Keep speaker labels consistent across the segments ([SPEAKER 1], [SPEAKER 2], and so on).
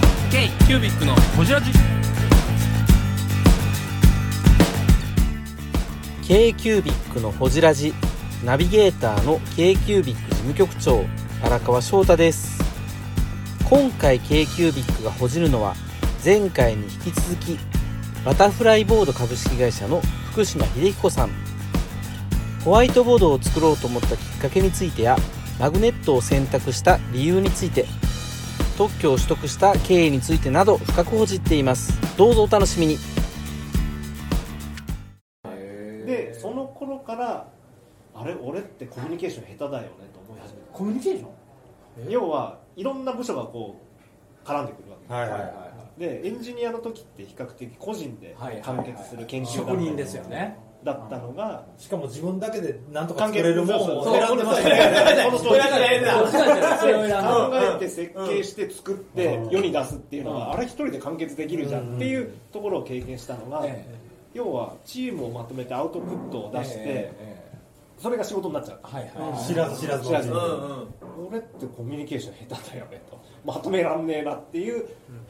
[SPEAKER 1] キュービックのホジラジ
[SPEAKER 2] k c ュービッのほじラジナビゲーターの k c ュービッ事務局長荒川翔太です今回 k c ュービッがほじるのは前回に引き続きバタフライボード株式会社の福島秀彦さんホワイトボードを作ろうと思ったきっかけについてやマグネットを選択した理由について特許を取得した経緯についてなど深くほじっていますどうぞお楽しみに
[SPEAKER 3] でその頃からあれ俺ってコミュニケーション下手だよねと思い始めた
[SPEAKER 4] コミュニケーション
[SPEAKER 3] 要はいろんな部署がこう絡んでくるわけ、
[SPEAKER 4] はいはいはい
[SPEAKER 3] でエンジニアの時って比較的個人で
[SPEAKER 4] はいはいはい
[SPEAKER 3] 完結する研究だった
[SPEAKER 4] 職
[SPEAKER 3] の
[SPEAKER 4] 人ですよね
[SPEAKER 3] だったのが
[SPEAKER 5] しかも自分だけでなんとか作れるもんを
[SPEAKER 3] そう
[SPEAKER 5] 選んでましたよ
[SPEAKER 4] こっ
[SPEAKER 3] そうそうそう
[SPEAKER 5] ね
[SPEAKER 4] ちなんじゃないそれを選んだ
[SPEAKER 3] 考えて設計して作って世に出すっていうのはあれ一人で完結できるじゃんっていうところを経験したのが
[SPEAKER 4] ええ
[SPEAKER 3] 要はチームをまとめてアウトプットを出して
[SPEAKER 4] ええ
[SPEAKER 3] それが仕事になっちゃう
[SPEAKER 4] はいはい
[SPEAKER 5] 知らず知らず
[SPEAKER 3] 知らず
[SPEAKER 5] のうちに
[SPEAKER 3] 俺ってコミュニケーション下手だよねとまとめらんねえなっていう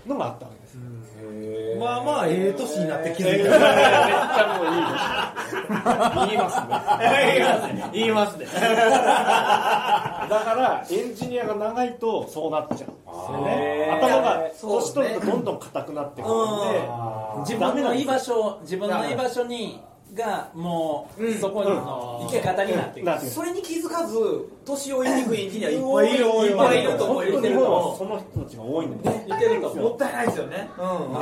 [SPEAKER 3] のがあったわけです、
[SPEAKER 5] まあまあええ年になって気づい
[SPEAKER 3] めっち
[SPEAKER 5] た
[SPEAKER 3] ゃもういいです言いますね
[SPEAKER 1] 言いますね
[SPEAKER 3] だからエンジニアが長いとそうなっちゃうんですよね
[SPEAKER 4] へー
[SPEAKER 3] 頭が
[SPEAKER 4] そう
[SPEAKER 3] 年取るとどんどん硬くなってくるんで
[SPEAKER 4] 自
[SPEAKER 3] 自
[SPEAKER 4] 分
[SPEAKER 3] 分
[SPEAKER 4] の
[SPEAKER 3] の
[SPEAKER 4] 居
[SPEAKER 3] 今
[SPEAKER 4] 場所自分の居場所にがもうそこにの生け方になっていく
[SPEAKER 3] なって
[SPEAKER 6] それに気づかず年老いにくいエンジニアいっ
[SPEAKER 4] 多
[SPEAKER 6] ぱいい
[SPEAKER 4] い
[SPEAKER 6] る
[SPEAKER 4] 多い
[SPEAKER 6] いっぱいいると思う
[SPEAKER 3] 本当
[SPEAKER 6] よ
[SPEAKER 3] に日本はその人たちが多いんでね
[SPEAKER 6] いけると思うもったいないですよね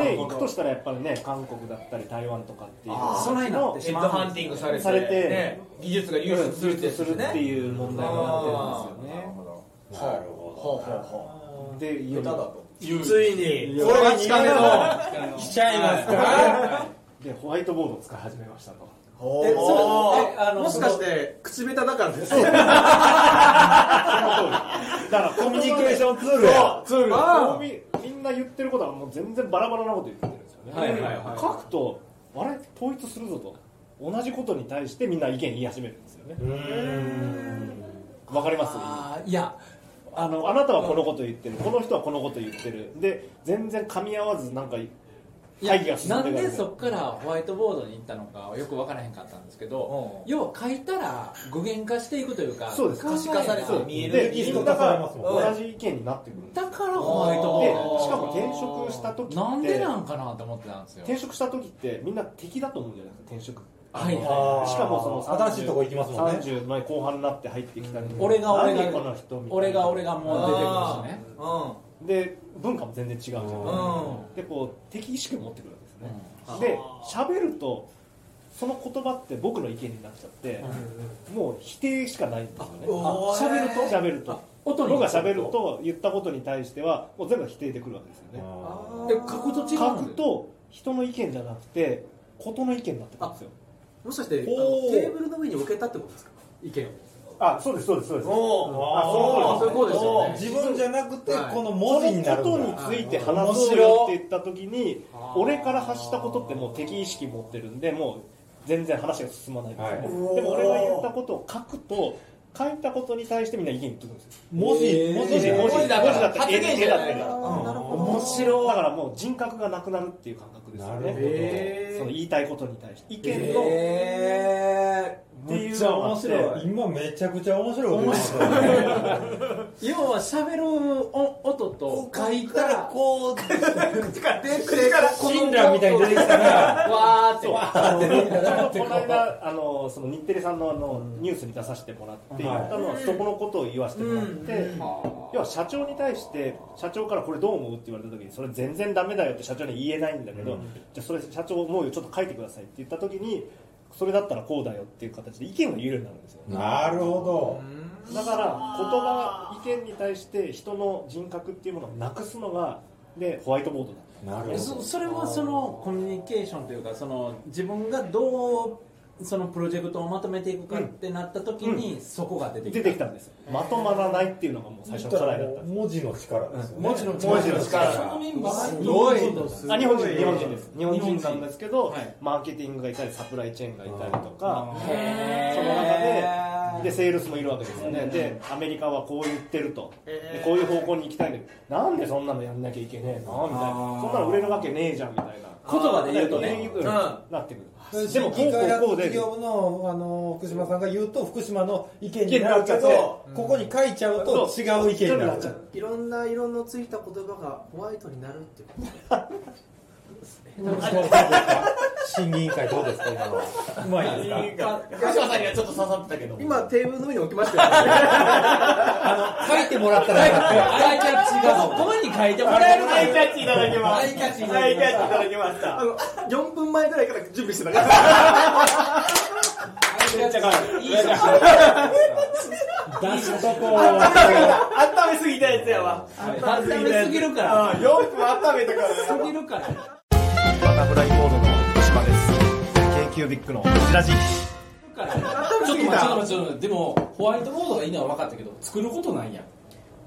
[SPEAKER 3] で行くとしたらやっぱりね韓国だったり台湾とかっていう
[SPEAKER 6] あー
[SPEAKER 3] その人の
[SPEAKER 6] ヘッドハンティングされて
[SPEAKER 3] されて
[SPEAKER 6] ね技術が流出するってやつ
[SPEAKER 3] する
[SPEAKER 6] ね
[SPEAKER 3] っていう問題になってるんですよね
[SPEAKER 6] ほうほうほ
[SPEAKER 3] でいよいよ
[SPEAKER 6] ついに
[SPEAKER 4] これが
[SPEAKER 6] 近めの
[SPEAKER 4] 来ちゃいますから
[SPEAKER 3] でホワイトボードを使い始めまし たと
[SPEAKER 6] えそう
[SPEAKER 4] えあの
[SPEAKER 6] もしかして口下手だからですか
[SPEAKER 3] だからコミュニケーションツールやツールコミみんな言ってることはもう全然バラバラなこと言ってるんですよね、
[SPEAKER 4] はいはいはい
[SPEAKER 3] 書くとあれ統一するぞと同じことに対してみんな意見言い始めるんですよねわかります
[SPEAKER 4] あーいやあの
[SPEAKER 3] あなたはこのこと言ってるこの人はこのこと言ってるで全然噛み合わずなんか
[SPEAKER 4] いや
[SPEAKER 3] 会議が進
[SPEAKER 4] なん
[SPEAKER 3] で
[SPEAKER 4] ん
[SPEAKER 3] いく
[SPEAKER 4] でそこからホワイトボードに行ったのかよく分からへんかったんですけど要は書いたら具現化していくというか
[SPEAKER 3] そうです
[SPEAKER 4] 可視化されて
[SPEAKER 3] そう
[SPEAKER 4] 見える
[SPEAKER 3] で
[SPEAKER 5] 見える
[SPEAKER 3] みんなが
[SPEAKER 5] 見える
[SPEAKER 3] 同じ意見になってくるんです
[SPEAKER 4] だからホワイトボ
[SPEAKER 3] で
[SPEAKER 4] ード
[SPEAKER 3] しかも転職した時って
[SPEAKER 4] なんでなんかなと思ってたんですよ
[SPEAKER 3] 転職した時ってみんな敵だと思うんじゃないですか転職
[SPEAKER 4] はいは
[SPEAKER 5] あー
[SPEAKER 3] しかもその30
[SPEAKER 5] 新しいとこ行きますもんね
[SPEAKER 3] 30前後半になって入ってきたり、
[SPEAKER 4] 俺が俺が
[SPEAKER 3] 何この人みたい
[SPEAKER 4] い
[SPEAKER 3] な
[SPEAKER 4] 俺が俺がもう出てくるしね
[SPEAKER 6] あ
[SPEAKER 3] で文化も全然違うじゃん、
[SPEAKER 6] うん
[SPEAKER 3] でこう敵意識を持ってくるんですね、で喋るとその言葉って僕の意見になっちゃって、もう否定しかないんですよね
[SPEAKER 6] おー
[SPEAKER 3] 喋ると喋ると
[SPEAKER 4] 音に
[SPEAKER 3] 僕が喋ると言ったことに対してはもう全部否定でくるわけですよね
[SPEAKER 6] ー
[SPEAKER 4] で書くと違う
[SPEAKER 3] 書
[SPEAKER 4] んで
[SPEAKER 3] くと人の意見じゃなくてことの意見になってくるんですよ
[SPEAKER 6] もしかしてあの
[SPEAKER 3] おー
[SPEAKER 6] テーブルの上に置けたってことですか
[SPEAKER 4] 意見を
[SPEAKER 3] あそうですそうですそうです
[SPEAKER 6] お
[SPEAKER 3] あ
[SPEAKER 6] おそういうことですよね
[SPEAKER 5] 自分じゃなくて
[SPEAKER 6] はい
[SPEAKER 5] この
[SPEAKER 3] そ
[SPEAKER 5] 文字に
[SPEAKER 3] の
[SPEAKER 5] なる
[SPEAKER 3] こと
[SPEAKER 5] ん
[SPEAKER 3] に
[SPEAKER 5] だ
[SPEAKER 3] ついて話そうよって言った時に俺から発したことってもう敵意識持ってるんでもう全然話が進まないんですよね、
[SPEAKER 6] はい
[SPEAKER 3] でも俺が言ったことを書くと書いたことに対してみんな意見言ってくるんですよ
[SPEAKER 5] 文字文字
[SPEAKER 3] 文字だから
[SPEAKER 6] 文字だって
[SPEAKER 3] 発言者じゃない
[SPEAKER 6] 絵
[SPEAKER 3] から
[SPEAKER 6] あなるほど
[SPEAKER 3] 面白いだからもう人格がなくなるっていう感覚ですよ
[SPEAKER 5] なるほど
[SPEAKER 3] ねその言いたいことに対して意見の、って
[SPEAKER 5] め
[SPEAKER 3] い
[SPEAKER 5] っ
[SPEAKER 3] う
[SPEAKER 5] ちゃ
[SPEAKER 3] のがあ
[SPEAKER 5] 面
[SPEAKER 3] って
[SPEAKER 5] 白い今めちゃくちゃ面白い面白い
[SPEAKER 4] 要は喋る音音と書いたら
[SPEAKER 6] こう口から口
[SPEAKER 5] 神羅みたいに出てきたら
[SPEAKER 4] わーって
[SPEAKER 3] ちょう どこの間あのその日テレさんのあのニュースに出させてもらって言ったのはそこのことを言わせてもらって、要は社長に対して社長からこれどう思うって言われた時にそれ全然ダメだよって社長に言えないんだけど、じゃあそれ社長思うよちょっと書いてくださいって言った時にそれだったらこうだよっていう形で意見が言えるようになるんですよ
[SPEAKER 5] なるほ
[SPEAKER 3] だから言葉意見に対して人の人格っていうものをなくすのがでホワイトボードだ
[SPEAKER 5] どなるほ
[SPEAKER 4] そそれはそのコミュニケーションというかその自分がどうそのプロジェクトをまとめていくかってなった時に、そこが出てき
[SPEAKER 3] 出
[SPEAKER 4] た
[SPEAKER 3] てきたんですよまとまらないっていうのがもう最初の
[SPEAKER 5] ど
[SPEAKER 3] 課題だったんです
[SPEAKER 5] 文字の力ですよね
[SPEAKER 4] 字の
[SPEAKER 6] 文字の力
[SPEAKER 4] そのメンバー
[SPEAKER 6] すごい
[SPEAKER 3] あ日本人日本人です日本人なんですけど、
[SPEAKER 4] はい
[SPEAKER 3] マーケティングがいたりサプライチェーンがいたりとかその
[SPEAKER 4] へー
[SPEAKER 3] 中ででセールスもいるわけですよね、でアメリカはこう言ってると、
[SPEAKER 6] えー
[SPEAKER 3] でこういう方向に行きたいんだけどなんでそんなのやんなきゃいけねえのみたいなそんなの売れるわけねえじゃんみたいな
[SPEAKER 4] 言葉で言うとね
[SPEAKER 3] んなってくるでもこ
[SPEAKER 5] 新
[SPEAKER 3] うこ
[SPEAKER 5] 規開発
[SPEAKER 3] うこうで
[SPEAKER 5] 企業のあの福島さんが言うと福島の意見になるけ
[SPEAKER 3] 意見になっちゃ
[SPEAKER 5] ど、ここに書いちゃうと違う意見になっちゃう。
[SPEAKER 6] いろんな色のついた言葉がホワイトになるっていうこと
[SPEAKER 5] 審議委員会どうですか今の。うまいですか。
[SPEAKER 1] 福島さんにはちょっと刺さったけど
[SPEAKER 6] 今テーブルの上に置きましたよね
[SPEAKER 5] あの書いてもらったらよかったよ。
[SPEAKER 4] アイキャッチ画像ここに書いてもらえる
[SPEAKER 1] イキャッチいただきま
[SPEAKER 4] アイキャッチいただきます
[SPEAKER 1] アイキャッチいただきまし
[SPEAKER 6] あ
[SPEAKER 1] た
[SPEAKER 6] の4分前ぐらいから準備してたから
[SPEAKER 4] いい写真
[SPEAKER 5] 出しとこ
[SPEAKER 1] 温めすぎたやつやわ
[SPEAKER 4] 温めすぎるから
[SPEAKER 1] 4分温めたから
[SPEAKER 4] すぎるから
[SPEAKER 3] バタフライコードの島です k q ビッグのこちらじ
[SPEAKER 7] ちょっと待って、ちょっと待って、ちょっと待って、でも、ホワイトボードがいいのは分かったけど、作ることないやん。
[SPEAKER 5] う。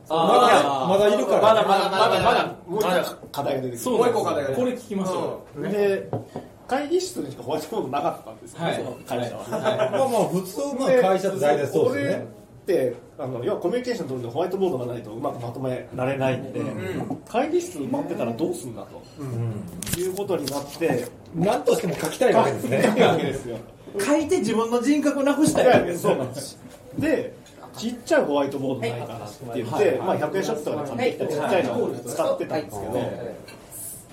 [SPEAKER 5] まだいるから。
[SPEAKER 7] まだまだまだ、
[SPEAKER 1] もう一個課題が出てくる
[SPEAKER 7] そう
[SPEAKER 1] もう
[SPEAKER 7] な
[SPEAKER 1] 一個課
[SPEAKER 7] ん
[SPEAKER 1] 題
[SPEAKER 7] で
[SPEAKER 1] が
[SPEAKER 7] す
[SPEAKER 1] 出てく
[SPEAKER 7] よこれ
[SPEAKER 1] る
[SPEAKER 7] 聞きましょ
[SPEAKER 3] で会議室にしかホワイトボードなかったんですよ、
[SPEAKER 7] はい
[SPEAKER 3] その会社は、
[SPEAKER 5] まあまあ普通まあ会社って大体そうですよね。
[SPEAKER 3] であの要はコミュニケーション取るのでホワイトボードがないとうまくまとめられないんで、会議室埋まってたらどうすんだと、いうことになって
[SPEAKER 5] なんとしても書きたいわけです ね。
[SPEAKER 3] 書いてるわけですよ
[SPEAKER 4] 書いて自分の人格なくしたい
[SPEAKER 3] そうなんですでちっちゃいホワイトボードないかなって言って、まあ、100円ショップとかで買ってきたちっちゃいのを使ってたんですけど、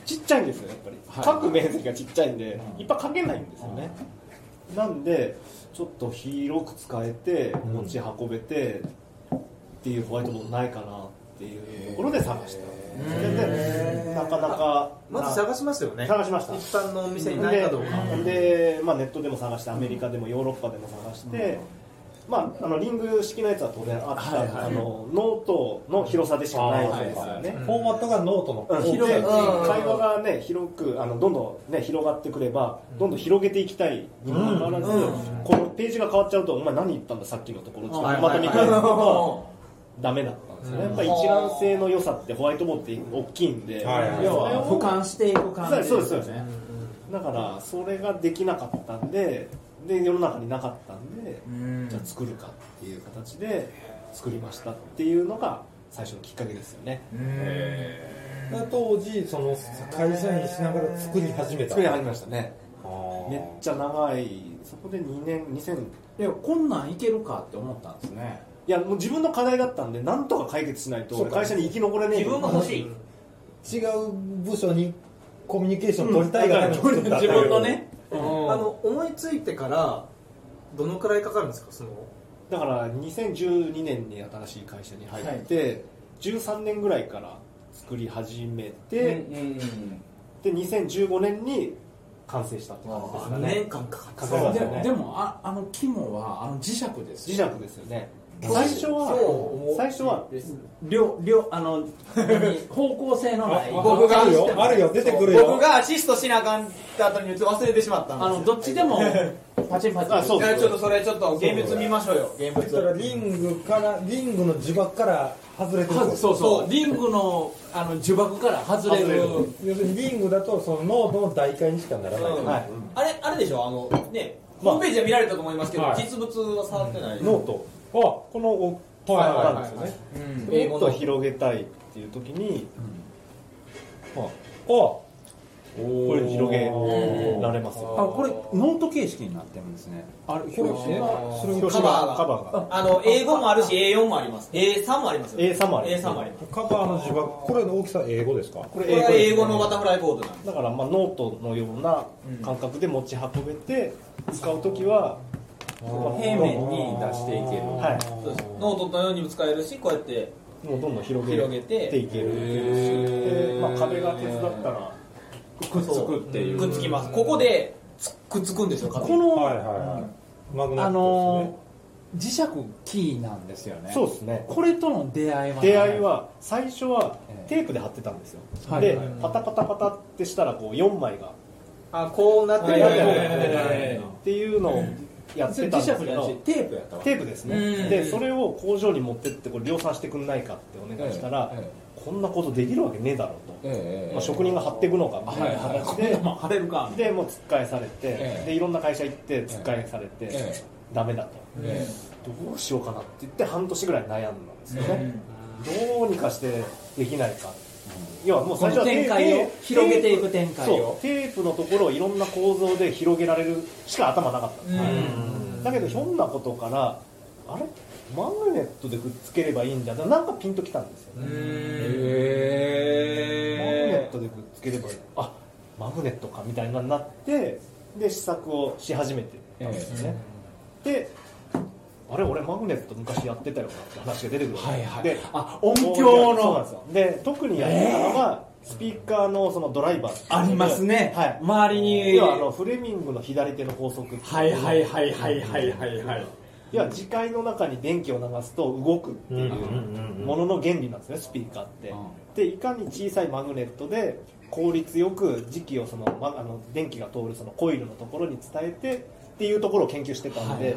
[SPEAKER 3] ちっちゃいんですよやっぱり、書く面積がちっちゃいんで、いっぱい書けないんですよね、なんでちょっと広く使えて持ち運べて、っていうホワイトボードないかなっていうところで探したそれでなかなか
[SPEAKER 6] まず探しますよね
[SPEAKER 3] 探しました
[SPEAKER 6] 一般のお店にない
[SPEAKER 3] で
[SPEAKER 6] かどうか
[SPEAKER 3] で、まあ、ネットでも探してアメリカでもヨーロッパでも探して、まあ、あのリング式のやつは当然あった、あのノートの広さでしかないわけですよね、
[SPEAKER 5] フォーマットがノートの。
[SPEAKER 3] うん
[SPEAKER 5] 広
[SPEAKER 3] で
[SPEAKER 5] い
[SPEAKER 3] 会話がね広くあのどんどんね広がってくればどんどん広げていきたいにもかかわらず、このページが変わっちゃうと「お前何言ったんださっきのところ」ってまた見返すとダメだったんですよね、やっぱり一覧性の良さってホワイトボードって大きいんで、
[SPEAKER 5] はいはい
[SPEAKER 3] 要は
[SPEAKER 4] 俯瞰していく感じ
[SPEAKER 3] そうですそうですね、だからそれができなかったんでで世の中になかったんで、じゃあ作るかっていう形で作りましたっていうのが最初のきっかけですよね、
[SPEAKER 5] 当時その会社員しながら作り始めた。
[SPEAKER 3] 作り始めましたね
[SPEAKER 5] あー
[SPEAKER 3] めっちゃ長いそこで2年2000
[SPEAKER 4] いやこんなんいけるかって思ったんですね
[SPEAKER 3] いやもう自分の課題だったんでなんとか解決しないと
[SPEAKER 5] そうか
[SPEAKER 3] 会社に生き残れねえ
[SPEAKER 1] 自分が欲しい
[SPEAKER 5] 違う部署にコミュニケーション取りたいがために作ったっ
[SPEAKER 4] 自
[SPEAKER 5] ていう
[SPEAKER 4] 分のね
[SPEAKER 6] あの思いついてからどのくらいかかるんですかその
[SPEAKER 3] だから2012年に新しい会社に入って、13年ぐらいから作り始め
[SPEAKER 7] う。
[SPEAKER 3] て、
[SPEAKER 7] ん。
[SPEAKER 3] で2015年に完成したって感じですか
[SPEAKER 6] 2
[SPEAKER 3] ね
[SPEAKER 6] 年間かかった
[SPEAKER 3] かかりました
[SPEAKER 4] で
[SPEAKER 3] ね
[SPEAKER 4] でもああの肝はあの磁石です
[SPEAKER 3] 磁石ですよね最初は最初は
[SPEAKER 4] 両両あの何 方向性のない
[SPEAKER 5] 僕があるよあるよ出てくるよ
[SPEAKER 1] 僕がアシストしなあかんった後に忘れてしまったん
[SPEAKER 4] あのどっちでもパチンパチン
[SPEAKER 3] あそう
[SPEAKER 1] いやちょっとそれちょっと現物見ましょうよ現
[SPEAKER 5] そしたら
[SPEAKER 1] 物
[SPEAKER 5] リングからリングの呪縛から外れてる
[SPEAKER 4] はそうそうリングのあの呪縛から外れる
[SPEAKER 5] 要するにリングだとそのノートの代替にしかならない、
[SPEAKER 7] うん
[SPEAKER 3] はい
[SPEAKER 7] あれ、あれでしょあの、ね、ホームページは見られたと思いますけど、
[SPEAKER 5] はい
[SPEAKER 7] 実物は触ってない。
[SPEAKER 5] ノートあこのお
[SPEAKER 3] はい
[SPEAKER 5] はい
[SPEAKER 3] なんですよね
[SPEAKER 7] うん英
[SPEAKER 3] も
[SPEAKER 7] 語
[SPEAKER 3] っと
[SPEAKER 7] の。
[SPEAKER 3] 広げたいっていう時に
[SPEAKER 5] あこ
[SPEAKER 3] これ広げられます
[SPEAKER 4] あ
[SPEAKER 3] よ
[SPEAKER 4] これノート形式になってるんですねあれ
[SPEAKER 5] れ
[SPEAKER 4] 表紙が
[SPEAKER 5] それ
[SPEAKER 7] カバーが
[SPEAKER 3] カバーが
[SPEAKER 7] あの、英語もあるし、A4 もあります。A3 もありますよ。
[SPEAKER 3] A3 もある
[SPEAKER 7] A3 もあります。
[SPEAKER 5] カバーの呪縛これの大きさ英語ですか
[SPEAKER 3] こ
[SPEAKER 7] こ
[SPEAKER 3] れ
[SPEAKER 7] れは英語
[SPEAKER 3] です
[SPEAKER 7] のバタフライボードなんで
[SPEAKER 3] だからまあノートのような感覚で持ち運べて使う時は
[SPEAKER 4] 平面に出していける
[SPEAKER 3] はい
[SPEAKER 7] す。そうですノートのようにも使えるし、こうやって
[SPEAKER 3] もうどんどん広げ
[SPEAKER 7] 広げ
[SPEAKER 3] て
[SPEAKER 7] て、
[SPEAKER 3] いけるっていうで、まあ、壁が鉄だったら
[SPEAKER 4] くっつくっていう
[SPEAKER 7] くっつきます。ここで、つくっつくんですよ、
[SPEAKER 3] こ
[SPEAKER 7] こ
[SPEAKER 3] の
[SPEAKER 5] はいはいはいマグ
[SPEAKER 4] あ
[SPEAKER 5] ナッ
[SPEAKER 4] の
[SPEAKER 5] ト
[SPEAKER 4] 磁石キーなんですよね
[SPEAKER 3] そうですね
[SPEAKER 4] これとの出会いは
[SPEAKER 3] 出会いは最初はテープで貼ってたんですよ、
[SPEAKER 4] はい
[SPEAKER 3] で
[SPEAKER 4] はい
[SPEAKER 3] パタパタパタってしたらこう4枚が
[SPEAKER 6] あこうなってるやつや
[SPEAKER 3] はい
[SPEAKER 6] ね
[SPEAKER 3] はいはいっていうのをやっ
[SPEAKER 4] そ
[SPEAKER 3] て
[SPEAKER 4] れ
[SPEAKER 3] た
[SPEAKER 4] 磁
[SPEAKER 3] ん
[SPEAKER 4] 石じ
[SPEAKER 3] で
[SPEAKER 4] ゃ
[SPEAKER 3] すけ
[SPEAKER 4] なく
[SPEAKER 3] ど
[SPEAKER 4] てテープやったわ
[SPEAKER 3] テープですね、
[SPEAKER 7] うん
[SPEAKER 3] でそれを工場に持ってってこれ量産してくんないかってお願いしたら、
[SPEAKER 4] え
[SPEAKER 3] こんなことできるわけねえだろうと、まあ、職人が貼っていくのかみたいな形で、
[SPEAKER 4] まあ貼れるか
[SPEAKER 3] でもうつっかえされて、
[SPEAKER 4] ええ
[SPEAKER 3] でいろんな会社行ってつっかえされて、
[SPEAKER 4] ええ
[SPEAKER 3] ダメだと、どうしようかなって言って半年ぐらい悩んだんですよね、どうにかしてできないか、いやもう最初
[SPEAKER 4] この
[SPEAKER 3] は
[SPEAKER 4] 展開を
[SPEAKER 3] テープ
[SPEAKER 4] 広げていく展開を
[SPEAKER 3] そうテープのところをいろんな構造で広げられるしか頭なかったんです、だけどひょんなことからあれマグネットでくっつければいいんじゃんなんかピンときたんですよねマグネットでくっつければいいあマグネットかみたいなのになってで試作をし始めてたんですよね、であれ俺マグネット昔やってたよなって話が出てくるはいはいで
[SPEAKER 7] あ音響
[SPEAKER 3] そうなんで
[SPEAKER 7] の
[SPEAKER 3] すよで特にやってたのが、スピーカーのそのドライバー
[SPEAKER 4] ありますね、
[SPEAKER 3] はい
[SPEAKER 4] 周りに
[SPEAKER 3] 要はあのフレミングの左手の法則
[SPEAKER 4] はいはいはいはいはいはいはい
[SPEAKER 3] 要は磁界の中に電気を流すと動くっていうものの原理なんですねスピーカーって、でいかに小さいマグネットで効率よく磁気をその、ま、あの電気が通るそのコイルのところに伝えてっていうところを研究してたんで、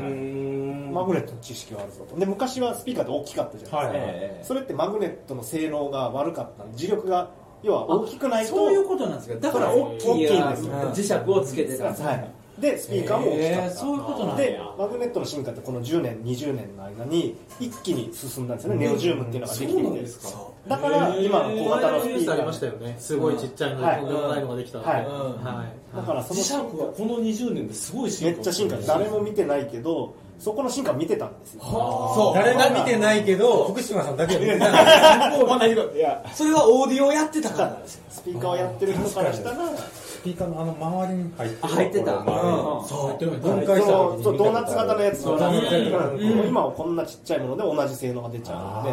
[SPEAKER 3] マグネットの知識はあるぞとで昔はスピーカーって大きかったじゃないですか、
[SPEAKER 5] はい
[SPEAKER 7] え
[SPEAKER 3] それってマグネットの性能が悪かったんで磁力が要は大きくないと
[SPEAKER 4] そういうことなんですかだから大きい
[SPEAKER 3] 大きいんですよ
[SPEAKER 4] 磁石をつけてたんですね
[SPEAKER 3] はい、でスピーカーも大きかった、
[SPEAKER 4] えーそういうことなんや
[SPEAKER 3] でマグネットの進化ってこの10年20年の間に一気に進んだんですよね、ネオジウムっていうのができてきてだから今の小型のスピ
[SPEAKER 6] ニュー
[SPEAKER 3] ー
[SPEAKER 6] ス
[SPEAKER 3] カ
[SPEAKER 6] あ
[SPEAKER 3] ー
[SPEAKER 6] りましたよねすごいちっちゃいの
[SPEAKER 3] は
[SPEAKER 6] でと
[SPEAKER 3] い
[SPEAKER 6] んでもないのができた
[SPEAKER 3] はい
[SPEAKER 6] はい
[SPEAKER 3] だからそ
[SPEAKER 7] 磁石は
[SPEAKER 3] の
[SPEAKER 7] この20年ですごい進
[SPEAKER 3] め
[SPEAKER 7] 化
[SPEAKER 3] っちゃ進化誰も見てないけどそこの進化見てたんですよ
[SPEAKER 7] そう
[SPEAKER 5] 誰も見てないけど福島さんだけ見た
[SPEAKER 3] いや
[SPEAKER 7] それはオーディオやってたからなんですよ
[SPEAKER 3] スピーカーをやってる人からしたら
[SPEAKER 5] スピーカーのあの周りに入って
[SPEAKER 4] あ入ってた
[SPEAKER 5] これ周
[SPEAKER 7] そう
[SPEAKER 5] りに分
[SPEAKER 3] そ
[SPEAKER 5] 解した
[SPEAKER 3] の
[SPEAKER 5] 時
[SPEAKER 3] そう
[SPEAKER 5] に見たことある
[SPEAKER 3] ドーナツ型のやつ
[SPEAKER 5] そうドーナツ型の
[SPEAKER 3] うん今はこんなちっちゃいもので同じ性能が出ちゃうの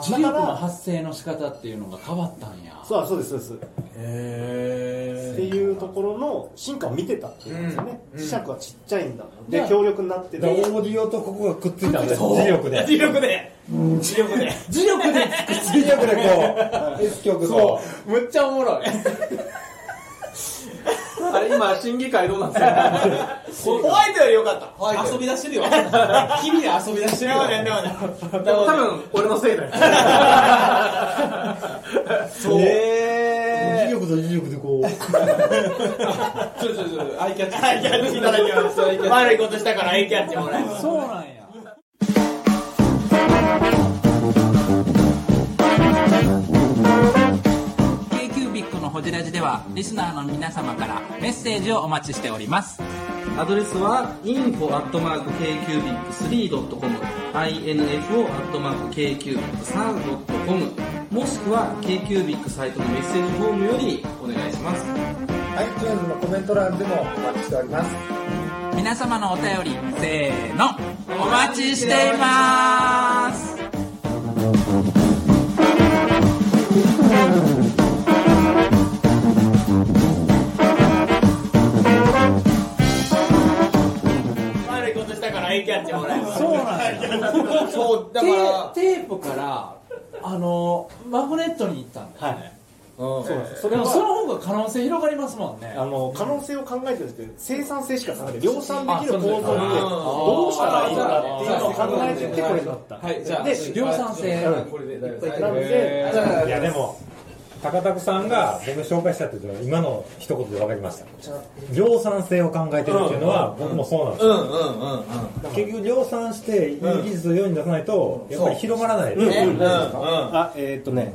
[SPEAKER 3] で
[SPEAKER 4] その磁力の発生の仕方っていうのが変わったんや
[SPEAKER 3] そうそうですそうですっていうところの進化を見てたっていうんですよね、磁石はちっちゃいんだで強力になって
[SPEAKER 5] だから
[SPEAKER 3] て
[SPEAKER 5] オーディオとここがくっついたんです磁力で磁
[SPEAKER 1] 力で磁力で
[SPEAKER 4] 磁力で
[SPEAKER 5] 力でこう S 曲と
[SPEAKER 1] むっちゃおもろい
[SPEAKER 6] あれ今審議会どうなんですか
[SPEAKER 1] ホワイトよりよかったホワイト
[SPEAKER 7] 遊び出してるよ君ら遊び出してるよ
[SPEAKER 1] なんでもない
[SPEAKER 6] 多分俺のせいだよ
[SPEAKER 7] そう
[SPEAKER 5] 磁力と磁力でこう
[SPEAKER 7] ちょちょちょアイキャッチ
[SPEAKER 1] はい、じゃあ、いただきます。悪いことしたから、ええキャッチもらえます。
[SPEAKER 4] そうなんや
[SPEAKER 2] アドレスは info.kcubic3.com info.kcubic3.com もしくは KQBIC サイトのメッセージフォームよりお願いします
[SPEAKER 5] iTunes のコメント欄でもお待ちしております
[SPEAKER 4] 皆様のお便りせーのお待ちしています
[SPEAKER 1] 悪いことしたから、ええキャッチもらえます。
[SPEAKER 4] そうなんですよ
[SPEAKER 1] そう、だ
[SPEAKER 4] テ
[SPEAKER 1] から、
[SPEAKER 4] テープからあのマグネットに行ったんだ
[SPEAKER 3] はい
[SPEAKER 1] うん
[SPEAKER 3] そうなんですよ
[SPEAKER 4] そ
[SPEAKER 3] それ
[SPEAKER 4] でもその
[SPEAKER 3] は
[SPEAKER 4] 方が可能性広がりますもんね
[SPEAKER 3] あの可能性を考えてるんですけど生産性しか考えてない量産できる構造って
[SPEAKER 1] あ
[SPEAKER 3] どうしたらいいのかっていうのを考えててこれになった
[SPEAKER 7] はいじゃあ
[SPEAKER 3] で
[SPEAKER 4] 量産性
[SPEAKER 7] これで大
[SPEAKER 3] な
[SPEAKER 7] 丈夫
[SPEAKER 3] ので
[SPEAKER 5] いやでも高田さんが僕紹介したっていうのは今の一言で分かりました量産性を考えてるっていうのは僕もそうなんですよ
[SPEAKER 1] うんうんうんうん。
[SPEAKER 5] 結局量産していい技術を世に出さないとやっぱり広まらないですね
[SPEAKER 1] うんうん。
[SPEAKER 3] あえーっとね、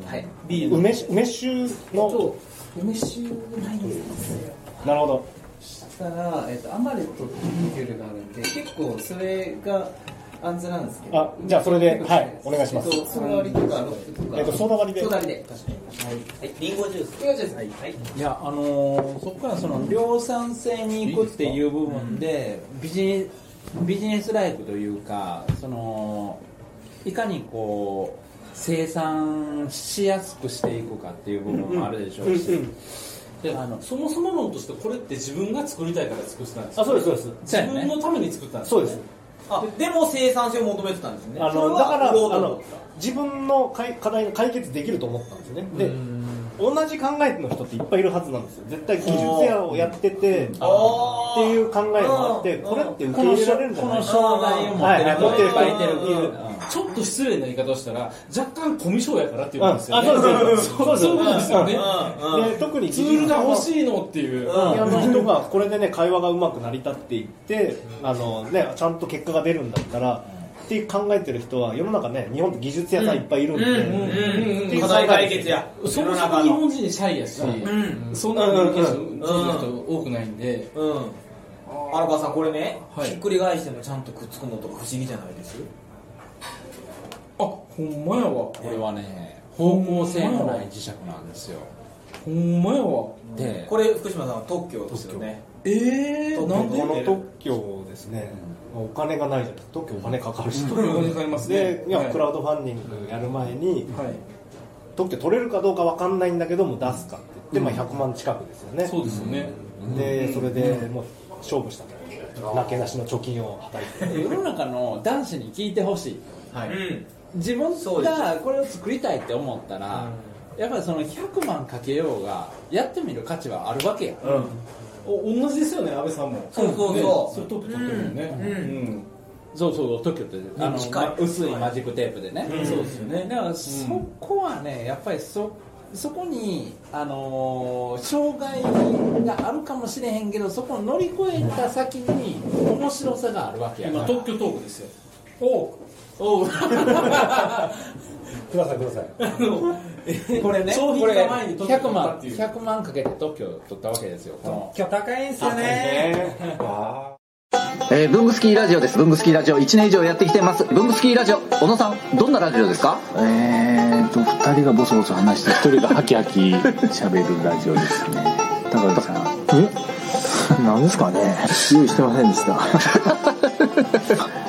[SPEAKER 3] 梅酒梅酒の
[SPEAKER 4] 梅酒ないんです
[SPEAKER 3] なるほど
[SPEAKER 4] したら、えっと、アマレットっていうキュールがあるんで、結構それが安全なんですけど。
[SPEAKER 3] あじゃあそれではいお願いします
[SPEAKER 4] えっと、ソーダ割りとかロックとか。
[SPEAKER 3] えっとソーダ割りで
[SPEAKER 4] ソーダ割りで。はい。リンゴジュース。リンゴジュース。はい。いや、あのーそこからその量産性に行くっていう部分で、ビジネス、ビジネスライクというか、その、いかにこう、生産しやすくしていくかっていう部分もあるでしょうし、
[SPEAKER 7] で
[SPEAKER 4] あの
[SPEAKER 7] そもそも論としてこれって自分が作りたいから作ったんですよ
[SPEAKER 3] あそうですそうです
[SPEAKER 4] そうや
[SPEAKER 7] 自
[SPEAKER 4] ね
[SPEAKER 7] 分のために作ったんです
[SPEAKER 3] そうです
[SPEAKER 1] あ、でも生産性を求めてたんですね。
[SPEAKER 3] あ
[SPEAKER 1] それ
[SPEAKER 3] の
[SPEAKER 1] は
[SPEAKER 3] だからあ
[SPEAKER 1] 売ろうと思っ
[SPEAKER 3] の自分のかい課題が解決できると思ったんですよねで同じ考えの人っていっぱいいるはずなんですよ絶対技術屋をやっててっていう
[SPEAKER 1] あー
[SPEAKER 3] 考えもあって
[SPEAKER 1] うん
[SPEAKER 3] これって受け入れられるんじゃ
[SPEAKER 4] こ
[SPEAKER 3] な
[SPEAKER 4] の
[SPEAKER 3] いか
[SPEAKER 4] 障害を持ってる人がいっぱいいてる
[SPEAKER 1] はいはい持ってる人
[SPEAKER 7] ちょっと失礼な言い方をしたら若干コミュ障やからって
[SPEAKER 3] う
[SPEAKER 7] い
[SPEAKER 3] ん
[SPEAKER 7] うん
[SPEAKER 3] あ
[SPEAKER 7] です
[SPEAKER 3] そ
[SPEAKER 7] よね
[SPEAKER 3] うですそうです
[SPEAKER 7] そういうことですよね
[SPEAKER 1] うんうん。
[SPEAKER 3] で特に
[SPEAKER 7] ツールが欲
[SPEAKER 3] い
[SPEAKER 7] しいのっていう
[SPEAKER 3] の人がこれでね会話がうまく成り立っていってあのねちゃんと結果が出るんだったらって考えてる人は世の中ね日本って技術屋さんいっぱいいるんで、っていう
[SPEAKER 1] 課
[SPEAKER 3] 考え
[SPEAKER 1] 題解決や。
[SPEAKER 7] そも
[SPEAKER 1] 世の
[SPEAKER 7] そも
[SPEAKER 1] 中
[SPEAKER 7] 日
[SPEAKER 1] の
[SPEAKER 7] 本人シャイやし、
[SPEAKER 6] ん
[SPEAKER 7] そんなコミュニケーション上手な人多くないんで、
[SPEAKER 8] うん荒川さんこれね、
[SPEAKER 7] はい
[SPEAKER 8] ひっくり返してもちゃんとくっつくのとか不思議じゃないです
[SPEAKER 7] あほんまやわ
[SPEAKER 4] これはね方向性のない磁石なんですよ
[SPEAKER 7] ほんまやわ
[SPEAKER 4] で
[SPEAKER 8] これ福島さんは特許ですよね
[SPEAKER 7] えー、なんで
[SPEAKER 3] この特許をですね、お金がないじゃないですか特許お金かかるし、
[SPEAKER 7] 特許お金かかりますね
[SPEAKER 3] でいや
[SPEAKER 7] はい
[SPEAKER 3] クラウドファンディングやる前に、
[SPEAKER 7] はい
[SPEAKER 3] 特許取れるかどうかわかんないんだけども出すかって言って、まあ、100万近くですよね、
[SPEAKER 7] そうですよね、
[SPEAKER 3] でそれでもう勝負したとなけなしの貯金をはたい て
[SPEAKER 4] 世の中の男子に聞いてほしい
[SPEAKER 8] はい、うん
[SPEAKER 4] 自分がこれを作りたいって思ったらやっぱりその100万かけようがやってみる価値はあるわけや
[SPEAKER 7] お同じですよね安倍さんも
[SPEAKER 8] そうそうそう
[SPEAKER 7] ねそれ特許取ってるもんね
[SPEAKER 8] うんうん
[SPEAKER 7] うん
[SPEAKER 4] そうそう特許ってあの、
[SPEAKER 8] 近い
[SPEAKER 4] ま薄いマジックテープでね、
[SPEAKER 7] そうですよね
[SPEAKER 4] だからそこはねやっぱりそそこに、あのー障害があるかもしれへんけどそこを乗り越えた先に面白さがあるわけやから
[SPEAKER 7] 今特許トークですよ
[SPEAKER 4] おお
[SPEAKER 5] くださいください
[SPEAKER 4] これね
[SPEAKER 7] 商品化前に
[SPEAKER 4] こ
[SPEAKER 7] 特
[SPEAKER 4] れ100
[SPEAKER 7] 許取った
[SPEAKER 4] 万
[SPEAKER 7] っていう
[SPEAKER 4] 100万かけて特許取ったわけですよこの
[SPEAKER 5] 今日高いんすよねあ
[SPEAKER 9] えー、ブングスキーラジオです。ブングスキーラジオ1年以上やってきてます。ブングスキーラジオ、小野さん、どんなラジオですかえーと、2人がボソボソ話して、1人がハキハキ喋るラジオですね。高橋さん。え 何ですかね用意してませんでした。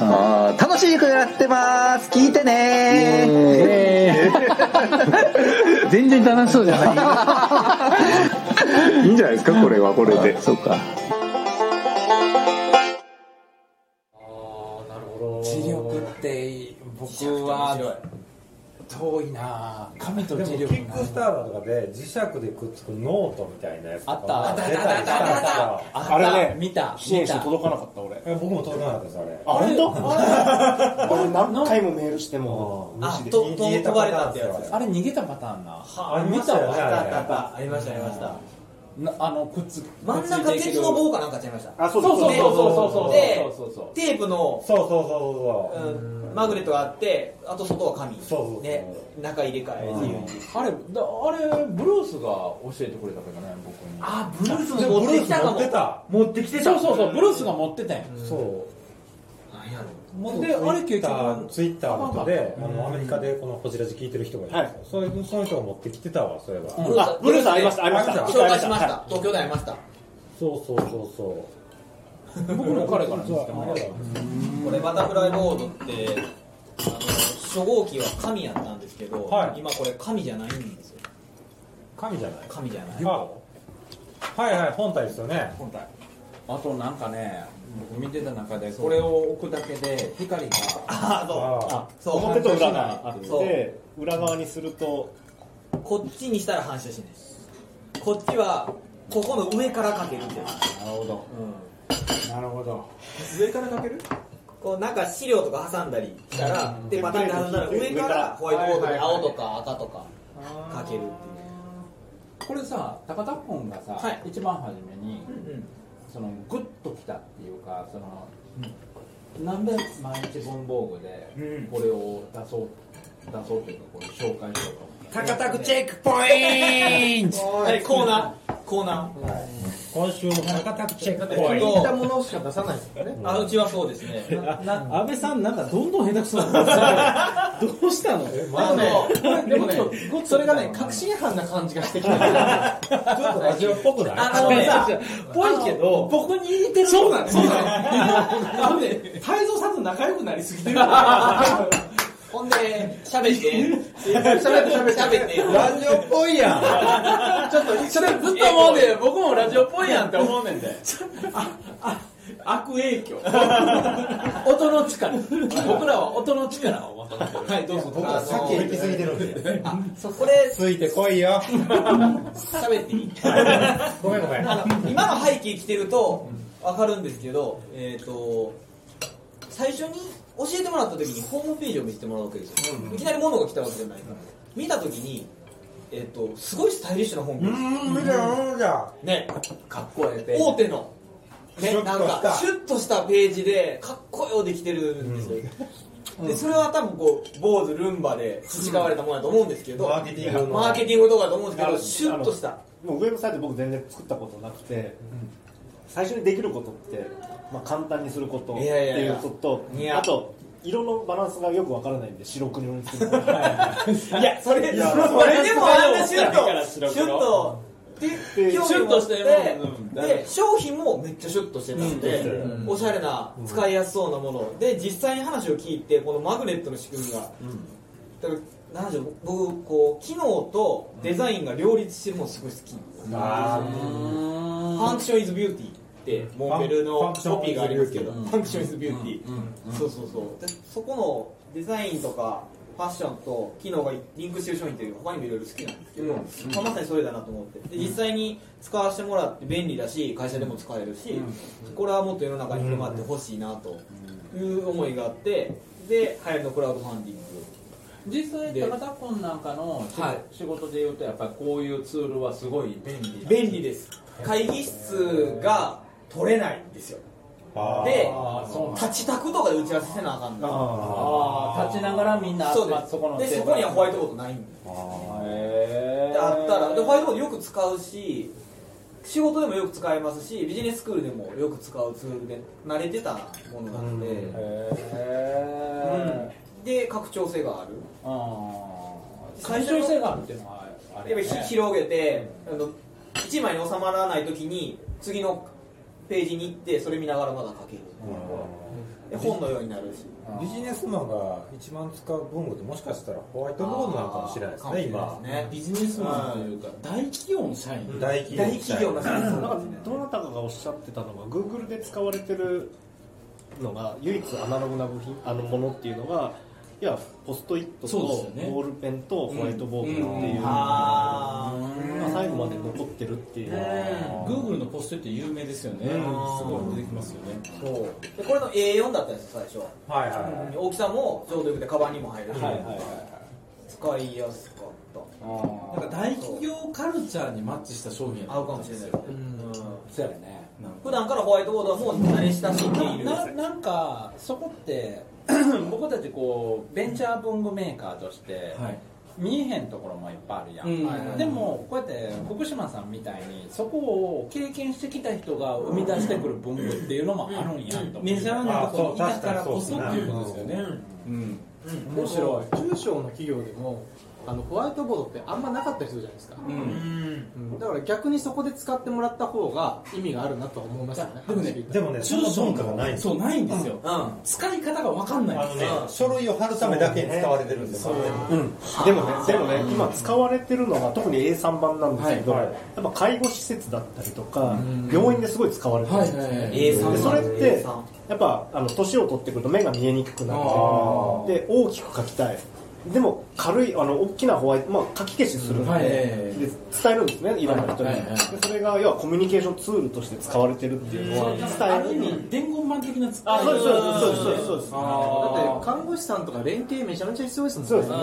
[SPEAKER 9] あー楽しくやってます聞いてね全然楽しそうじゃないいいんじゃないですかこれはこれでそうか
[SPEAKER 4] 知力って僕は遠いなぁ神と
[SPEAKER 5] でもキ
[SPEAKER 4] 知力
[SPEAKER 5] ックスターとかで磁石でくっつくノートみたいなやつと
[SPEAKER 4] あ
[SPEAKER 5] か
[SPEAKER 4] ったあった
[SPEAKER 5] 出たりしたら
[SPEAKER 4] あ
[SPEAKER 3] あれね
[SPEAKER 4] 見た
[SPEAKER 3] 支
[SPEAKER 4] 見
[SPEAKER 3] 援して
[SPEAKER 4] た
[SPEAKER 3] 届かなかった俺
[SPEAKER 5] え僕も届かなかったですあれ
[SPEAKER 3] あれと俺何回もメールしても無
[SPEAKER 8] あ
[SPEAKER 3] 視で
[SPEAKER 8] とと
[SPEAKER 5] 言え
[SPEAKER 8] 飛ばれたってやつです
[SPEAKER 4] あれ逃げたパターンな
[SPEAKER 8] は
[SPEAKER 5] ありましたよね
[SPEAKER 8] あ
[SPEAKER 5] あ
[SPEAKER 8] っ
[SPEAKER 5] れ
[SPEAKER 8] たあったありましたありました
[SPEAKER 4] なあのくっつ
[SPEAKER 8] 真ん中鉄の棒かなんかちゃいました
[SPEAKER 3] あそう
[SPEAKER 4] そうそうそうそうそうそう
[SPEAKER 8] で
[SPEAKER 4] そうそう
[SPEAKER 8] テープの、
[SPEAKER 5] そうそうそうそう
[SPEAKER 8] う、
[SPEAKER 5] そうん
[SPEAKER 8] マグネットがあってあと外は紙
[SPEAKER 5] そうそうそう
[SPEAKER 8] ね中入れ替え自由に
[SPEAKER 4] あれだあれブルースが教えてくれたけどね僕に
[SPEAKER 8] あブルース
[SPEAKER 5] で
[SPEAKER 8] も持ってきたか
[SPEAKER 5] ブ
[SPEAKER 8] も
[SPEAKER 5] ル
[SPEAKER 8] 持っ
[SPEAKER 5] ース持ってた
[SPEAKER 8] てきてた
[SPEAKER 4] そうそうそうブルースが持ってたんや
[SPEAKER 5] そう
[SPEAKER 8] なんやろ
[SPEAKER 5] で、あれツイッター、
[SPEAKER 4] 局
[SPEAKER 5] ツイッターの人で、あのアメリカでこのホジラジ聞いてる人がいるんですよ。それその人が持ってきてたわ、そういえば。そう
[SPEAKER 3] あブルースありましたありました
[SPEAKER 5] あ
[SPEAKER 8] 紹介しました、
[SPEAKER 3] は
[SPEAKER 8] 東京でありました
[SPEAKER 5] そうそうそ
[SPEAKER 4] 僕も彼から見
[SPEAKER 5] う。
[SPEAKER 4] せてもらっ
[SPEAKER 8] これバタフライボードってあの初号機は紙やったんですけど、
[SPEAKER 5] はい
[SPEAKER 8] 今これ紙じゃないんですよ
[SPEAKER 5] 神じゃない
[SPEAKER 8] 紙じゃない
[SPEAKER 5] あはいはい、本体ですよね。
[SPEAKER 8] 本体
[SPEAKER 4] たあとなんかね僕見てた中でこれを置くだけで光が
[SPEAKER 8] ああ
[SPEAKER 5] あ
[SPEAKER 8] そうそう
[SPEAKER 3] 表と裏があっ
[SPEAKER 8] そう
[SPEAKER 3] て裏側にすると
[SPEAKER 8] こっちにしたら反射しないこっちはここの上からかけるんです
[SPEAKER 4] なるほどなるほど
[SPEAKER 7] 上からかける
[SPEAKER 8] こうなんか資料とか挟んだりしたら、でバタンって挟んだら
[SPEAKER 3] 上
[SPEAKER 8] 上
[SPEAKER 3] から
[SPEAKER 8] からホワイトボードに青とか赤とかかけるっていう
[SPEAKER 4] これさ高田君がさ、
[SPEAKER 8] はい
[SPEAKER 4] 一番初めに、
[SPEAKER 8] うん
[SPEAKER 4] そのグッときたっていうかその、なんで毎日文房具
[SPEAKER 8] うん
[SPEAKER 4] でこれを出そう、出そうっていうかこれ紹介しようと思って
[SPEAKER 8] 高田区チェックポイントはいコーナーコーナー
[SPEAKER 5] 今週も高田チェック
[SPEAKER 8] え
[SPEAKER 5] ポ
[SPEAKER 8] っ
[SPEAKER 5] イント。
[SPEAKER 6] 見た
[SPEAKER 8] と
[SPEAKER 6] ものしか出さないですよね
[SPEAKER 8] あうちはそうですね
[SPEAKER 7] 安倍さんなんかどんどん下手くそなんですよどうしたの
[SPEAKER 5] え、
[SPEAKER 6] で
[SPEAKER 5] ま
[SPEAKER 6] も
[SPEAKER 5] だね、
[SPEAKER 6] ねでもねそれがね確信犯な感じがしてきた
[SPEAKER 5] ちょっとラジオっぽくない
[SPEAKER 8] あのね
[SPEAKER 7] ぽいけど僕に似てるそうなんですよあのね
[SPEAKER 6] 泰造さんと仲良くなりすぎてる
[SPEAKER 8] ほんで喋って喋って喋って喋って
[SPEAKER 5] ラジオっぽいやん。
[SPEAKER 6] ちょっとそれ
[SPEAKER 4] ずっと思うで僕もラジオっぽいやんって思うねんで
[SPEAKER 7] 悪影響
[SPEAKER 4] 音の力僕らは音の力を求めてる
[SPEAKER 7] はいどうぞ
[SPEAKER 5] 僕はさっき行き過ぎてるんで。
[SPEAKER 8] そうこれ
[SPEAKER 5] ついてこいよ。
[SPEAKER 8] 喋っていい
[SPEAKER 5] ごめんごめん。
[SPEAKER 8] あの今の背景着てると分かるんですけど、えっと最初に教えてもらった時にホームページを見せてもらうわけですよ、いきなり物が来たわけじゃないから見た時に、えっとすごいスタイリッシュなホームページ、
[SPEAKER 5] うん、見てよ、見てよ。
[SPEAKER 8] ね
[SPEAKER 4] かっこええページ
[SPEAKER 8] 大手の、ね、
[SPEAKER 5] シュッと
[SPEAKER 8] な
[SPEAKER 5] した
[SPEAKER 8] んかシュッとしたページでかっこようできてるんですよ、でそれは多分こう坊主ルンバで培われたものだと思うんですけど、
[SPEAKER 7] マーケティングの
[SPEAKER 8] マーケティングとかだと思うんですけ
[SPEAKER 3] あ
[SPEAKER 8] ど
[SPEAKER 3] の
[SPEAKER 8] シュッとした
[SPEAKER 3] もうウェブサイト僕全然作ったことなくて、最初にできることって、まあ、簡単にすることって
[SPEAKER 8] いやいやい
[SPEAKER 3] い
[SPEAKER 8] や
[SPEAKER 3] うことと
[SPEAKER 8] いや
[SPEAKER 3] あと色のバランスがよくわからないんで白黒にする
[SPEAKER 8] いやそれ
[SPEAKER 3] いや
[SPEAKER 8] それでもあんなシュッ
[SPEAKER 7] から
[SPEAKER 8] とシ
[SPEAKER 7] 白
[SPEAKER 8] ュ
[SPEAKER 7] 黒
[SPEAKER 8] ッとで
[SPEAKER 3] で
[SPEAKER 8] 興味
[SPEAKER 7] シュッ
[SPEAKER 8] 持
[SPEAKER 7] と
[SPEAKER 8] っ
[SPEAKER 7] してたようん
[SPEAKER 8] で商品もめっちゃシュッとしてたんで、
[SPEAKER 5] う
[SPEAKER 8] おしゃれな使いやすそうなもので実際に話を聞いてこのマグネットの仕組みが、だからなんでしょう僕こう機能とデザインが両立してるのすごい好きファンクションイズビューティーってモンベルのコピーがありますけどファンクションイズビューティーそうそうそうでそこのデザインとかファッションと機能がリンクしてる商品っていう他にもいろいろ好きなんですけど、まあ、まさにそれだなと思ってで実際に使わせてもらって便利だし会社でも使えるし、これはもっと世の中に広まってほしいなという思いがあってで流行りのクラウドファンディング
[SPEAKER 7] 実際
[SPEAKER 8] で
[SPEAKER 7] 高田君なんかの仕,、
[SPEAKER 8] はい
[SPEAKER 7] 仕事でいうとやっぱりこういうツールはすごい便利
[SPEAKER 8] 便利です会議室が取れないんですよで
[SPEAKER 7] あーそうなんだ
[SPEAKER 8] 立ち宅とかで打ち合わせせなあかんの
[SPEAKER 7] あー立ちながらみんな
[SPEAKER 8] そう
[SPEAKER 7] 集
[SPEAKER 8] で
[SPEAKER 7] まって
[SPEAKER 8] す
[SPEAKER 7] そこの
[SPEAKER 8] でそこにはホワイトボードないんでであったらでホワイトボードよく使うし仕事でもよく使えますしビジネススクールでもよく使うツールで慣れてたものなので、
[SPEAKER 7] へ
[SPEAKER 8] うんで拡張性がある
[SPEAKER 7] 最初性があるっていうのはあれ
[SPEAKER 8] やっぱりひ広げて、あの1枚に収まらないときに次のページに行ってそれ見ながらまだ書ける、で本のようになるし
[SPEAKER 5] ビジネスマンが一番使う文具ってもしかしたらホワイトボードなのかもしれないですね今
[SPEAKER 7] ビジネスマンというか大企業の社員
[SPEAKER 5] 大企業
[SPEAKER 8] 大企業の社員
[SPEAKER 3] なんかどなたかがおっしゃってたのが Google で使われてるのが唯一アナログな部品あのものっていうのがいやポストイットと
[SPEAKER 7] そうです
[SPEAKER 3] ボ
[SPEAKER 7] よね
[SPEAKER 3] ールペンとホワイトボードっていう、
[SPEAKER 8] あ
[SPEAKER 3] まあ最後まで残ってるっていう、
[SPEAKER 7] Google のポストって有名ですよねすごい出てきますよね
[SPEAKER 8] ーそうでこれの A4 だったんですよ最初は
[SPEAKER 5] はいはいはい
[SPEAKER 8] 大きさもちょうどよくてカバンにも入るし、
[SPEAKER 7] はいはいはい
[SPEAKER 8] 使いやすかった
[SPEAKER 7] なんか大企業カルチャーにマッチした商品やと
[SPEAKER 8] 合うか
[SPEAKER 7] 思った
[SPEAKER 8] もし
[SPEAKER 7] んで
[SPEAKER 8] れな
[SPEAKER 7] す
[SPEAKER 8] い
[SPEAKER 7] よそうやね
[SPEAKER 8] 普段からホワイトボードはもう慣れ親しんでいる
[SPEAKER 7] なななんかそこって 僕たちこうベンチャー文具メーカーとして、見えへんところもいっぱいあるやん、
[SPEAKER 8] うんはいはい
[SPEAKER 7] でもこうやって福島さんみたいにそこを経験してきた人が生み出してくる文具っていうのもあるんやと思う
[SPEAKER 8] メジャーなところにいたからこそっていうことですよね
[SPEAKER 6] 面白い中小の企業でもあのホワイトボードってあんまなかった人じゃないですか、うんだから逆にそこで使ってもらった方が意味があるなとは思いましたね
[SPEAKER 7] でもね
[SPEAKER 5] でもねその文化がないんです
[SPEAKER 7] そうないんですよ、使い方が分かんない
[SPEAKER 5] あのね書類を貼るためだけに使われてるんですよ
[SPEAKER 3] でもねでもね今使われてるのが特に A3 版なんですけど、
[SPEAKER 5] はいはい
[SPEAKER 3] やっぱ介護施設だったりとか、病院ですごい使われてるんですよ、
[SPEAKER 8] A3
[SPEAKER 3] でそれって
[SPEAKER 8] 版
[SPEAKER 3] やっぱあの年を取ってくると目が見えにくくなってで大きく描きたいでも軽いあの大きなホワイト、まあ、書き消しするんで,、
[SPEAKER 7] はい
[SPEAKER 3] で伝えるんですねいろんな人に、
[SPEAKER 7] はいはいはい
[SPEAKER 3] でそれが要はコミュニケーションツールとして使われてるっていうのは伝
[SPEAKER 7] あ
[SPEAKER 3] え
[SPEAKER 7] る意
[SPEAKER 3] るに
[SPEAKER 7] 味伝言版的な使い
[SPEAKER 3] あ
[SPEAKER 7] 方
[SPEAKER 3] そうですそうですそうですそうですそうで
[SPEAKER 6] だって看護師さんとか連携めちゃめちゃ必要ですもんね
[SPEAKER 3] そうですね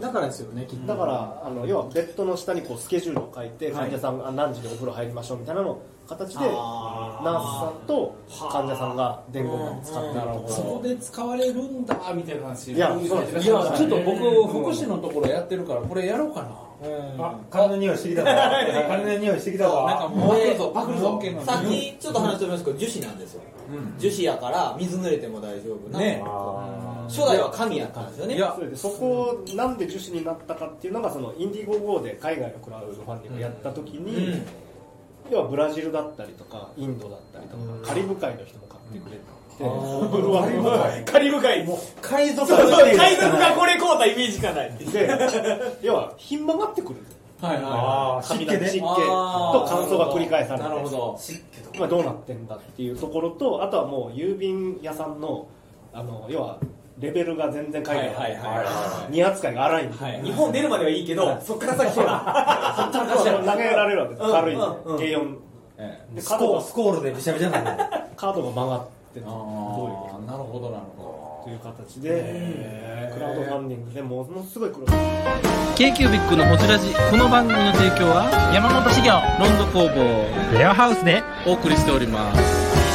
[SPEAKER 6] だからですよねきっ
[SPEAKER 3] す
[SPEAKER 6] と
[SPEAKER 3] だからあの要はベッドの下にこうスケジュールを書いて患者さんが何時でお風呂入りましょうみたいなのを形でナースさんと患者さんが伝言版使ってるとか
[SPEAKER 7] そこで使われるんだみたいな話
[SPEAKER 3] いや
[SPEAKER 7] い
[SPEAKER 3] そう
[SPEAKER 7] やちょっと僕福祉のところやってるからこれやろうかな
[SPEAKER 5] あ金の匂いしてきたぞ金の匂いしてきた
[SPEAKER 7] なんか
[SPEAKER 5] ぞ
[SPEAKER 7] もうパクるぞパクるぞ
[SPEAKER 8] さっきちょっと話しておりましたけど樹脂なんですよ、樹脂やから水濡れても大丈夫な、
[SPEAKER 7] ね
[SPEAKER 8] 初代は紙やったんですよね
[SPEAKER 7] いや
[SPEAKER 3] それでそこをなんで樹脂になったかっていうのがそのインディゴ GO で海外のクラウドファンディングをやった時に、
[SPEAKER 8] うん
[SPEAKER 3] 要はブラジルだったりとかインドだったりとか、カリブ海の人も買ってくれて、カリブ海
[SPEAKER 8] カリブ海も海賊そうそう海賊がこれこうたイメージしかない
[SPEAKER 3] で要はひん曲がってくるんですよ
[SPEAKER 7] はいは
[SPEAKER 5] ああ湿
[SPEAKER 3] 髪
[SPEAKER 5] 気
[SPEAKER 3] の湿気
[SPEAKER 5] で
[SPEAKER 3] と乾燥が繰り返されて
[SPEAKER 7] なるほど
[SPEAKER 3] 今どうなってんだっていうところとあとはもう郵便屋さんのあの要はレベルが全然海外だったりとか
[SPEAKER 7] はいはいはいはい
[SPEAKER 3] 荷扱いが荒いんで、
[SPEAKER 7] はい
[SPEAKER 8] 日本出るまではいいけどそっから先はほったらかし
[SPEAKER 3] 投
[SPEAKER 8] や
[SPEAKER 3] げられるわけです、
[SPEAKER 8] うん
[SPEAKER 3] 軽いん
[SPEAKER 8] うん
[SPEAKER 3] で、軽
[SPEAKER 7] え
[SPEAKER 3] 4
[SPEAKER 7] え
[SPEAKER 3] で
[SPEAKER 5] ス
[SPEAKER 3] 角
[SPEAKER 5] コ
[SPEAKER 3] が
[SPEAKER 5] ースコールでびしゃびし ゃなんだよ
[SPEAKER 3] カードが曲がってどう
[SPEAKER 7] あ
[SPEAKER 3] いう
[SPEAKER 7] あなるほどなるほ
[SPEAKER 3] という形でクラウドファンディングでものすごい苦労
[SPEAKER 2] k q b i c のホジラジこの番組の提供は山本資源ロンド工房レアハウスでお送りしております